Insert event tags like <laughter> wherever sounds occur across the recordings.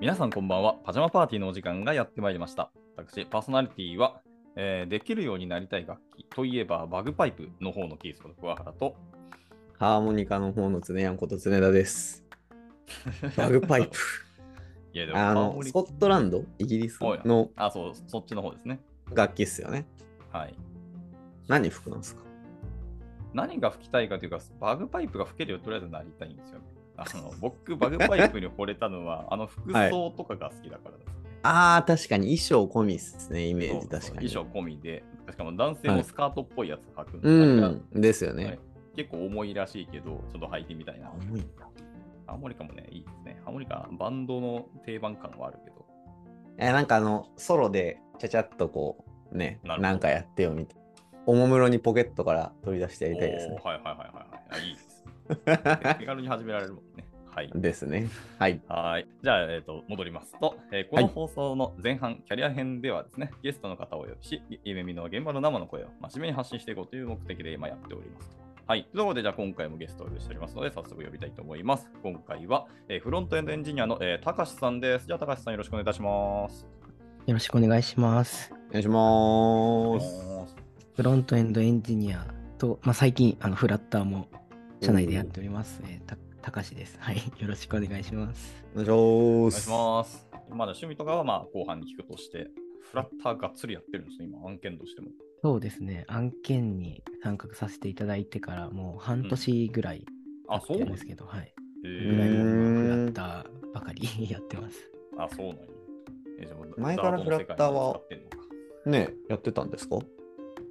皆さんこんばんは。パジャマパーティーのお時間がやってまいりました。私、パーソナリティは、えーできるようになりたい楽器といえばバグパイプの方のキースこと桑原と、ハーモニカの方の常やんこと常田です。バグパイプ。いや <laughs> でもあハーのモ、ニスコットランド、イギリスおやのあ、そう、そっちの方ですね。楽器っすよね。はい。何吹くなんですか何が吹きたいかというか、バグパイプが吹けるようとりあえずなりたいんですよね。あ <laughs> の僕、バグパイプに惚れたのは、あの服装とかが好きだからです。ああ、確かに衣装込みっすね、イメそうーそジうそう確かに。衣装込みで、しかも男性もスカートっぽいやつ履くんで、うん、ですよね。はい結構重いらしいけど、ちょっと履いてみたいな。重いんだハーモニカもね、いいですね。ハーモニカ、バンドの定番感はあるけど。えなんかあの、ソロでちゃちゃっとこう、ね、なるほどなんかやってよみたいな。おもむろにポケットから取り出してやりたいですおねー。はいはいはいはいはい。あいいです。で <laughs> 手軽に始められるもんね。はい。すね。はい。はい。じゃあ、えっ、と、戻りますと、えーこの放送の前半、キャリア編ではですね、ゲストの方をお呼びし、夢見の現場の生の声を真面目に発信していこうという目的で今やっておりますと。はい。ということで、じゃあ今回もゲストをお呼びしておりますので、早速呼びたいと思います。今回は、えーフロントエンドエンジニアの、えー、高橋さんです。じゃあ、高橋さんよろしくお願いいたします。よろしくお願いします。お願いします。おーフロントエンドエンジニアと、まあ、最近あのフラッターも社内でやっております。えーたたかしです。はい。 <laughs> よろしくお願いします。お願お願いいししまます。まだ趣味とかはまあ後半に聞くとして、フラッターがっつりやってるんですね、今、案件としても。そうですね。案件に参画させていただいてからもう半年ぐらいあ、経そっうてなるんんでですすけど、はい。へぐらいもーううーんまあフラッターばかり <laughs> やってます。あ、そうなんや。えじゃあもう前からフラッタダーはートの世界に使ってんのかす。ねやってたんですか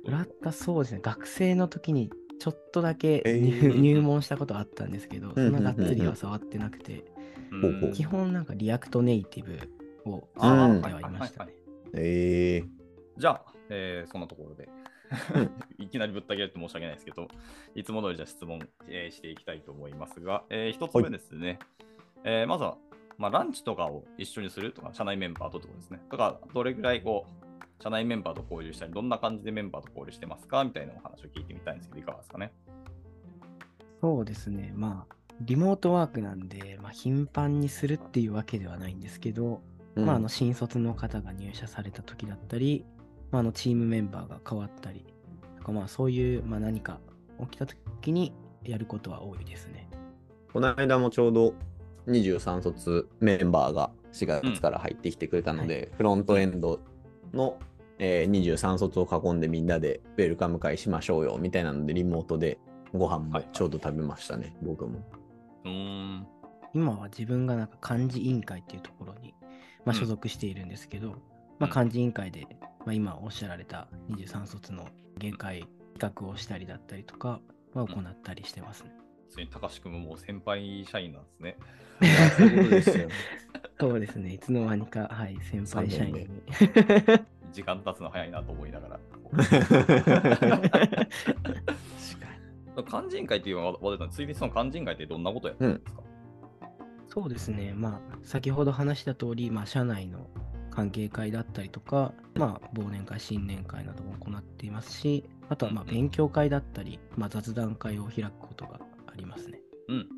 フラッターそうですね。学生の時にちょっとだけえ入,、ー入門したことあったんですけど、そんながっつりうんうんうんうはん触ってなくて、ほうほううん基本なんかリアクトネイティブをう触んってはいましたね。ええじゃあ、えーそんなところでうん、 <laughs> いきなりぶった切れて申し訳ないですけど、いつも通りじゃあ質問、えーしていきたいと思いますが、えー一つ目ですね、えーまずは、まあ、ランチとかを一緒にするとか、社内メンバーとってことですね。とか、どれぐらいこう、社内メンバーと交流したり、どんな感じでメンバーと交流してますかみたいなお話を聞いてみたいんですけど、いかがですかね。そうですね。まあ、リモートワークなんで、まあ、頻繁にするっていうわけではないんですけど、ー。まあ、あの、新卒の方が入社された時だったり、まあ、あの、チームメンバーが変わったり、なんかまあ、そういう、まあ、何か起きた時にやることは多いですね。この間もちょうど23卒メンバーが4月から入ってきてくれたので、フロントエンドの、えー23卒を囲んでみんなでウェルカム会しましょうよみたいなのでリモートでご飯もちょうど食べましたね、僕も。うーん。今は自分がなんか漢字委員会っていうところに、まあ、所属しているんですけど、まあ、漢字委員会で、まあ、今おっしゃられた23卒の限界企画をしたりだったりとか、まあ、行ったりしてますね。普通に、高志くんももう先輩社員なんですね。そういうことですよ。そうですね、いつの間にか、はい、先輩社員に。時間経つの早いなと思いな <laughs> がら。 <laughs> 肝心会っていうのは、私のついでにその肝心会ってどんなことやってるんですか、そうですね、まあ、先ほど話した通り、まあ、社内の関係会だったりとか、まあ、忘年会、新年会なども行っていますし、あとはまあうんうん勉強会だったり、まあ、雑談会を開くことがありますね。うん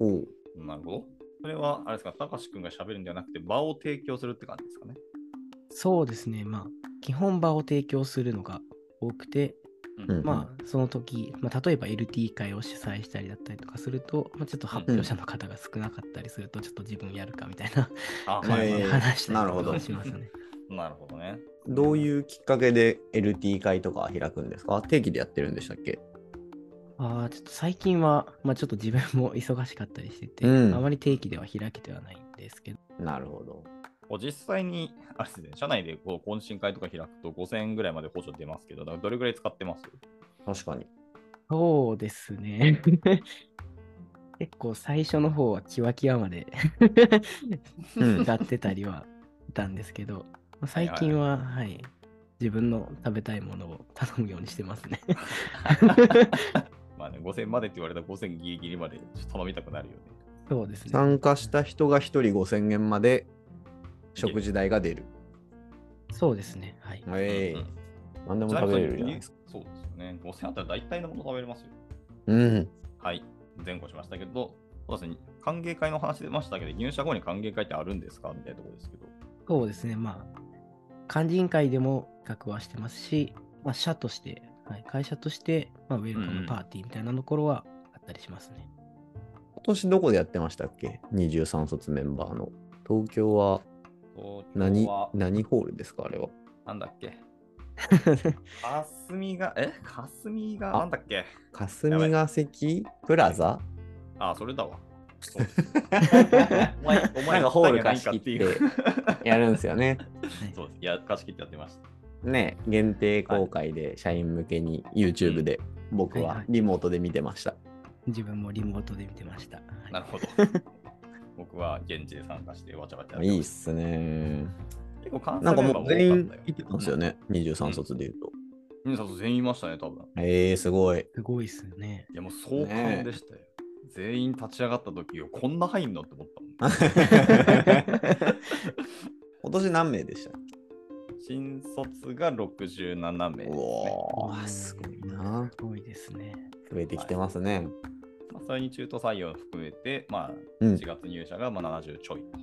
うんうん。 <laughs> おうなるほど。それは、あれですか、高志くんが喋るんじゃなくて、場を提供するって感じですかね。そうですね、まあ、基本場を提供するのが多くて、うんうんまあ、その時、まあ、例えば LT 会を主催したりだったりとかすると、まあ、ちょっと発表者の方が少なかったりすると、ちょっと自分やるかみたいな <laughs> あ、感じはいでえー話したなりるほとどかしますね。なるほどね。どういうきっかけで LT 会とか開くんですか定期でやってるんでしたっけああ、ちょっと最近は、まあちょっと自分も <laughs> 忙しかったりしてて、うんあまり定期では開けてはないんですけど、なるほど。こう実際に、あれですね、社内でこう懇親会とか開くと5000円ぐらいまで補助出ますけど、だからどれぐらい使って <laughs> ます確かに。そうですね。 <laughs> 結構最初の方はキワキワまで <laughs> うん歌ってたりはいたんですけど、まあ最近は、はい、自分の食べたいものを頼むようにしてます <laughs> ね。まあね、5000までって言われたら5000ギリギリまでちょっと頼みたくなるよね。そうですね。参加した人が1人5000円まで食事代が出る。そうですね。はい。ええうんうん何でも食べれるじゃないですか。か。そうですよね。5000あったら大体のもの食べれますよ。うん。はい。前後しましたけど、そうですね、歓迎会の話出ましたけど、入社後に歓迎会ってあるんですかみたいなところですけど。そうですね、まあ、幹事委員会でも企画はしてますし、まあ、社として、はい、会社として、まあ、ウェルカムパーティーみたいなところはあったりします <laughs> ね。今年どこでやってましたっけ ?23 卒メンバーの。東京は東何京は何ホールですかあれは。なんだっけ霞が、え霞が、なんだっけ霞ヶ関プラザあ、それだわ。 <laughs> お前、お前なんかホール貸し切って言ったんじゃないかっていうやるんです <laughs> よね。そうです。いや、貸し切ってやってました。ね、限定公開で社員向けに YouTube で僕はいははいリモートで見てました。自分もリモートで見てました。はいなるほど。僕は現地で参加してわちゃわちゃやってました。いいっすね。結構関な西んかメンもバうー全多員かった行ってますよ。ね。23卒で言うと。うん、そうそう全員いましたね、多分。えー、すごい。すごいっすよね。いや、もう壮観でしたよ。全員立ち上がった時よ、こんな入んのって思ったもん。今年何名でしたっ新卒が67名でけす、ね。うおうー、んすごいな。すごいですね。増えてきてますね。まあ、それに中途採用含めて、まあ、うん4月入社がまあ70ちょいと。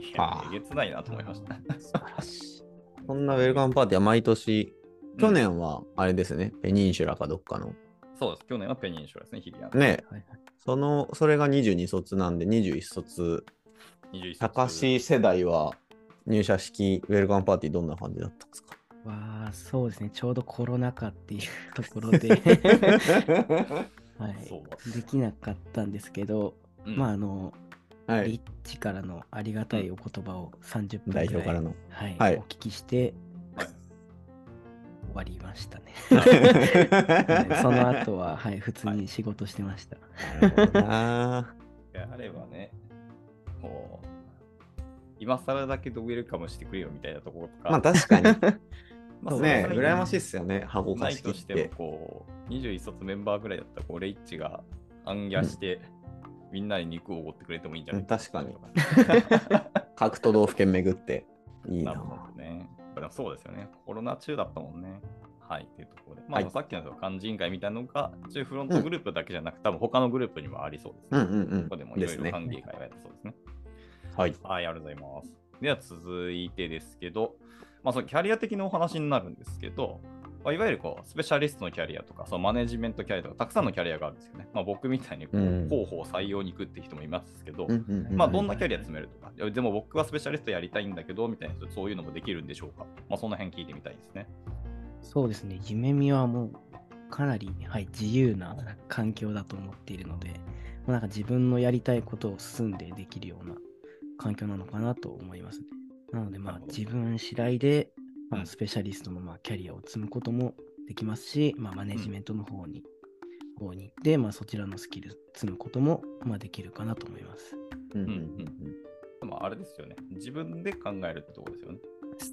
いやあ、ーえげつないなと思いました。素晴らしい。そんなウェルカムパーティーは毎年、去年はあれですね、ペニンシュラかどっかの。そうです。去年はペニンシュラですね、日比谷の。ね、はいはいその、それが22卒なんで、21卒。 21卒高橋世代は入社式ウェルカムパーティーどんな感じだったんですかわあ、そうですね。ちょうどコロナ禍っていうところ <laughs> で、はい、そうできなかったんですけど、うんまあ、あの、はリッい。チからのありがたいお言葉を30分代ぐ表らい、からの。はいはいお聞きして、 <laughs> はい終わりましたね。 <laughs> はい <laughs> そその後は、はい、普通に仕事してました。 <laughs> あであればね、こう、今更だけどウェルカムしてくれよみたいなところとか、まあ確かに。まあそれねは羨ましいっすよね、箱な貸いし切とっしてもて。こう、21卒メンバーぐらいだったら、こう、レイッチが暗夜して、みんなに肉をおごってくれてもいいんじゃないうん <laughs> 各都道府県巡って。いいななる。ほどね。やっぱでもそうですよね。コロナ中だったもんね。はい。というところで。まあ、はいさっきの幹事委員会みたいなのが、中フロントグループだけじゃなく、多分他のグループにもありそうですうね。んうんうん。ここでもいでろいすろね。幹事委員会をやってそうですね。はい。はい、ありがとうございます。では続いてですけど、まあ、そのキャリア的なお話になるんですけど、まあ、いわゆるこうスペシャリストのキャリアとか、そのマネジメントキャリアとか、たくさんのキャリアがあるんですよね。まあ、僕みたいにこううん広報採用に行くって人もいますけど、うんうんうんまあ、どんなキャリア詰めるとか、いやでも僕はスペシャリストやりたいんだけど、みたいな人、そういうのもできるんでしょうか。まあ、その辺聞いてみたいですね。そうですね、夢見はもうかなり、はい、自由な環境だと思っているので、もうなんか自分のやりたいことを進んでできるような環境なのかなと思いますね。なので、まなあるほど自分次第で、まうんあ、スペシャリストのまあキャリアを積むこともできますし、まあ、マネジメントの方に,、方に行って、まあ、そちらのスキル積むこともまあできるかなと思います。うんうんでもあれですよね。自分で考えるってとこですよね。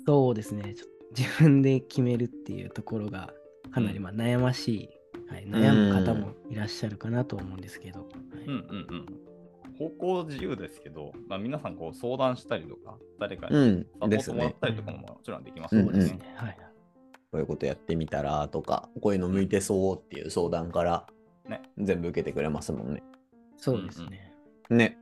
そうですね。ちょ自分で決めるっていうところがかなりまあ悩ましい、はい、悩む方もいらっしゃるかなと思うんですけど、はうんいうんうん。方向自由ですけど、まあ、皆さんこう相談したりとか、誰かにうん。サうポん。でーすトもらっね。たりとかももちろんできますうよんそうですね。はい、こういうことやってみたらとか、こういうの向いてそうっていう相談からね全部受けてくれますもんね。そうですね。ね。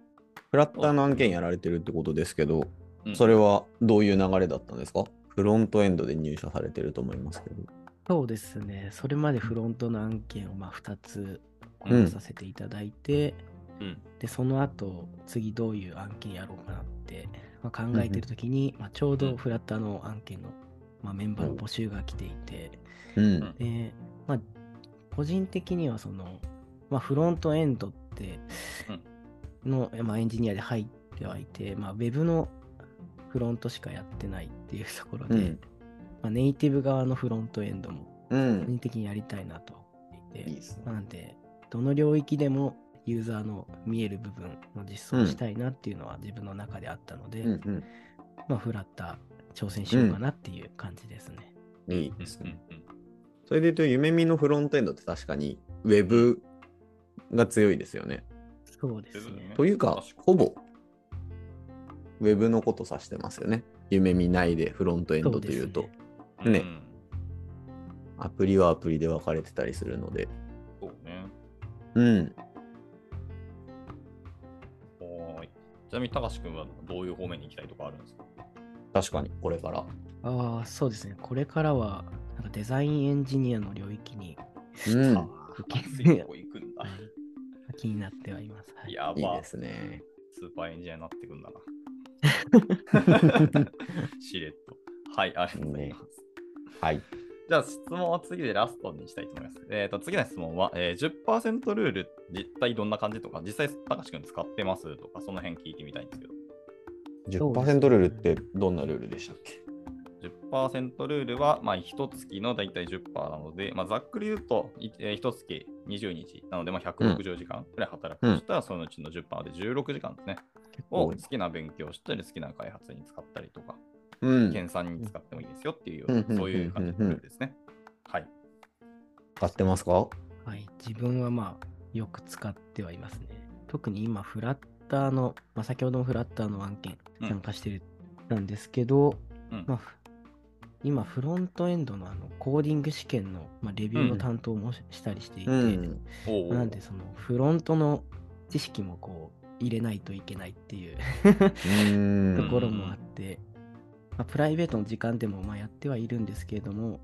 フラッターの案件やられてるってことですけうど、んそれはどういう流れだったんですかフロントエンドで入社されてると思いますけど。そうですね。それまでフロントの案件をまあ2つこうんなさせていただいて、うんで、その後、次どういう案件やろうかなって、まあ、考えてるときに、まあ、ちょうどフラッターの案件の、まあ、メンバーの募集が来ていて、うん。で、まあ、個人的にはその、まあ、フロントエンドっての、まあ、エンジニアで入ってはいて、まあ、ウェブのフロントしかやってないっていうところで、うんまあ、ネイティブ側のフロントエンドもう個ん。人的にやりたいなと思っていて、いいですねまあなんで、どの領域でもユーザーの見える部分の実装をしたいなっていうのは自分の中であったので、うんまあ、フラッター挑戦しようかなっていう感じですね。うん。いいうんですね。うんうんそれで言うと、夢見のフロントエンドって確かに Web が強いですよね。そうですですねね。というか確か、にほぼ Web のこと指してますよね。夢見ないでフロントエンドというと、そうですねうんアプリはアプリで分かれてたりするので。そうね。うん。ちなみに、高志君はどういう方面に行きたいとかあるんですか確かに、これから。ああ、そうですね。これからは、なんかデザインエンジニアの領域に、うんあ熱いとこ行くんだは。い気になってはいます。はいやばいいですね。スーパーエンジニアになってくんだ <laughs> な。しれっと。はい、ありがとうございます。はい。じゃあ質問は次でラストにしたいと思います。えー、と次の質問は、えー、10%ルール実際どんな感じとか、実際高橋君使ってますとか、その辺聞いてみたいんですけど。 10%ルールってどんなルールでしたっけ10%ルールは、まあ、1月のだいたい10%なので、まあ、ざっくり言うと、いえー、1月20日なので、まあ、160時間くらい働くとしたら、そのうちの10%で16時間ですね。を好きな勉強したり、好きな開発に使ったりとか、うん。研鑽に使ってもいいですよっていうような、うんそういう感じのルールですね。はい。使ってますかはい、自分はまあよく使ってはいますね。特に今、フラッターの、まあ、先ほどのフラッターの案件うん参加してる、なんですけど、うんまあ、ふ今、フロントエンドのあのコーディング試験の、まあ、レビューの担当もし,、たりしていて、うん。おまあなんーでそのフロントの知識もこう入れないといけないっていううんところもあって、まあ、プライベートの時間でもまあやってはいるんですけれども、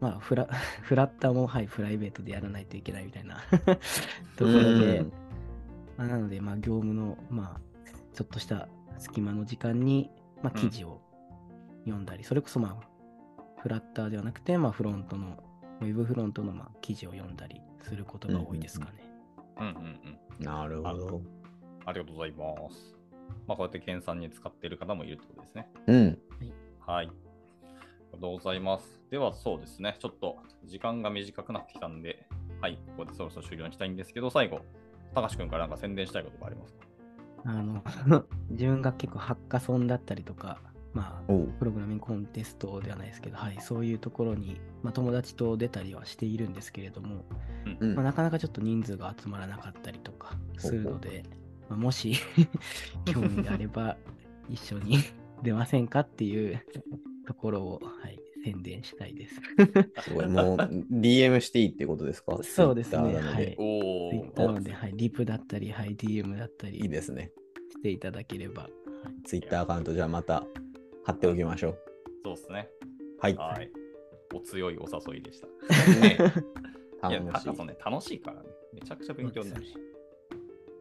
まあ、フ <laughs> ラフラッターも、はい、プライベートでやらないといけないみたいな <laughs> ところで、まあ、なので、まあ、業務の、まあ、ちょっとした隙間の時間に、まうあ、ん記事を読んだり、それこそ、まあ、フラッターではなくて、まあ、フロントの、ウェブフロントの、まあ、記事を読んだりすることが多いですかね。うんうんうん。なるほど。ありがとうございます。まあ、こうやって研鑽に使っている方もいるってことですね。うん。はい。ありがとうございます。では、そうですね。ちょっと時間が短くなってきたんで、はい、ここでそろそろ終了にしたいんですけど、最後、高橋君からなんか宣伝したいことがありますかあの <laughs> 自分が結構ハッカソンだったりとか、まあ、おうプログラミングコンテストではないですけど、はい、そういうところに、まあ、友達と出たりはしているんですけれども、うんまあ、なかなかちょっと人数が集まらなかったりとかするので、まあ、もし <laughs> 興味があ <laughs> れば一緒に <laughs> 出ませんかっていうところを、はい、宣伝したいです。すごい。もう DM していいってことですかそうです Twitter ねなのはいで。おツイッターなので、はい、リプだったり、はい、DM だったいりいですね。していただければ。はいツイッターアカウントじゃあまた貼っておきましょう。そうですね。はい。はい。お強いお誘いでした。 <laughs> ね楽いや、ハしいッカ。ソンね、楽しいからね。めちゃくちゃ勉強になるし。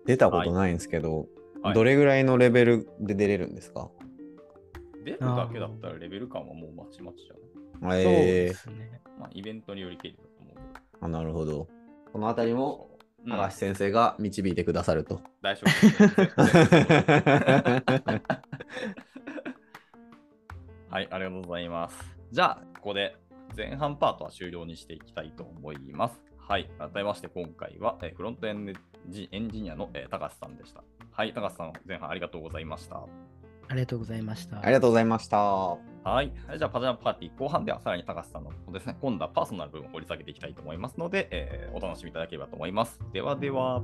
出たことないんですけど、はいどれぐらいのレベルで出れるんですか出るだけだったらレベル感はもうまちまちじゃない。そうえですね。まあ、イベントによりけりだと思うけど。ー、あなるほど。このあたりも、高橋先生が導いてくださると。大丈夫 <laughs> です。はい、ありがとうございます。じゃあ、ここで前半パートは終了にしていきたいと思います。はい、改めまして今回は、えーフロントエンジエンジニアの、えー高橋さんでした。はい、高橋さん、前半ありがとうございました。ありがとうございました。ありがとうございました。はい。じゃあ、パジャマパーティー後半では、さらに高橋さんのことですね、今度はパーソナル部分を掘り下げていきたいと思いますので、えーお楽しみいただければと思います。ではでは。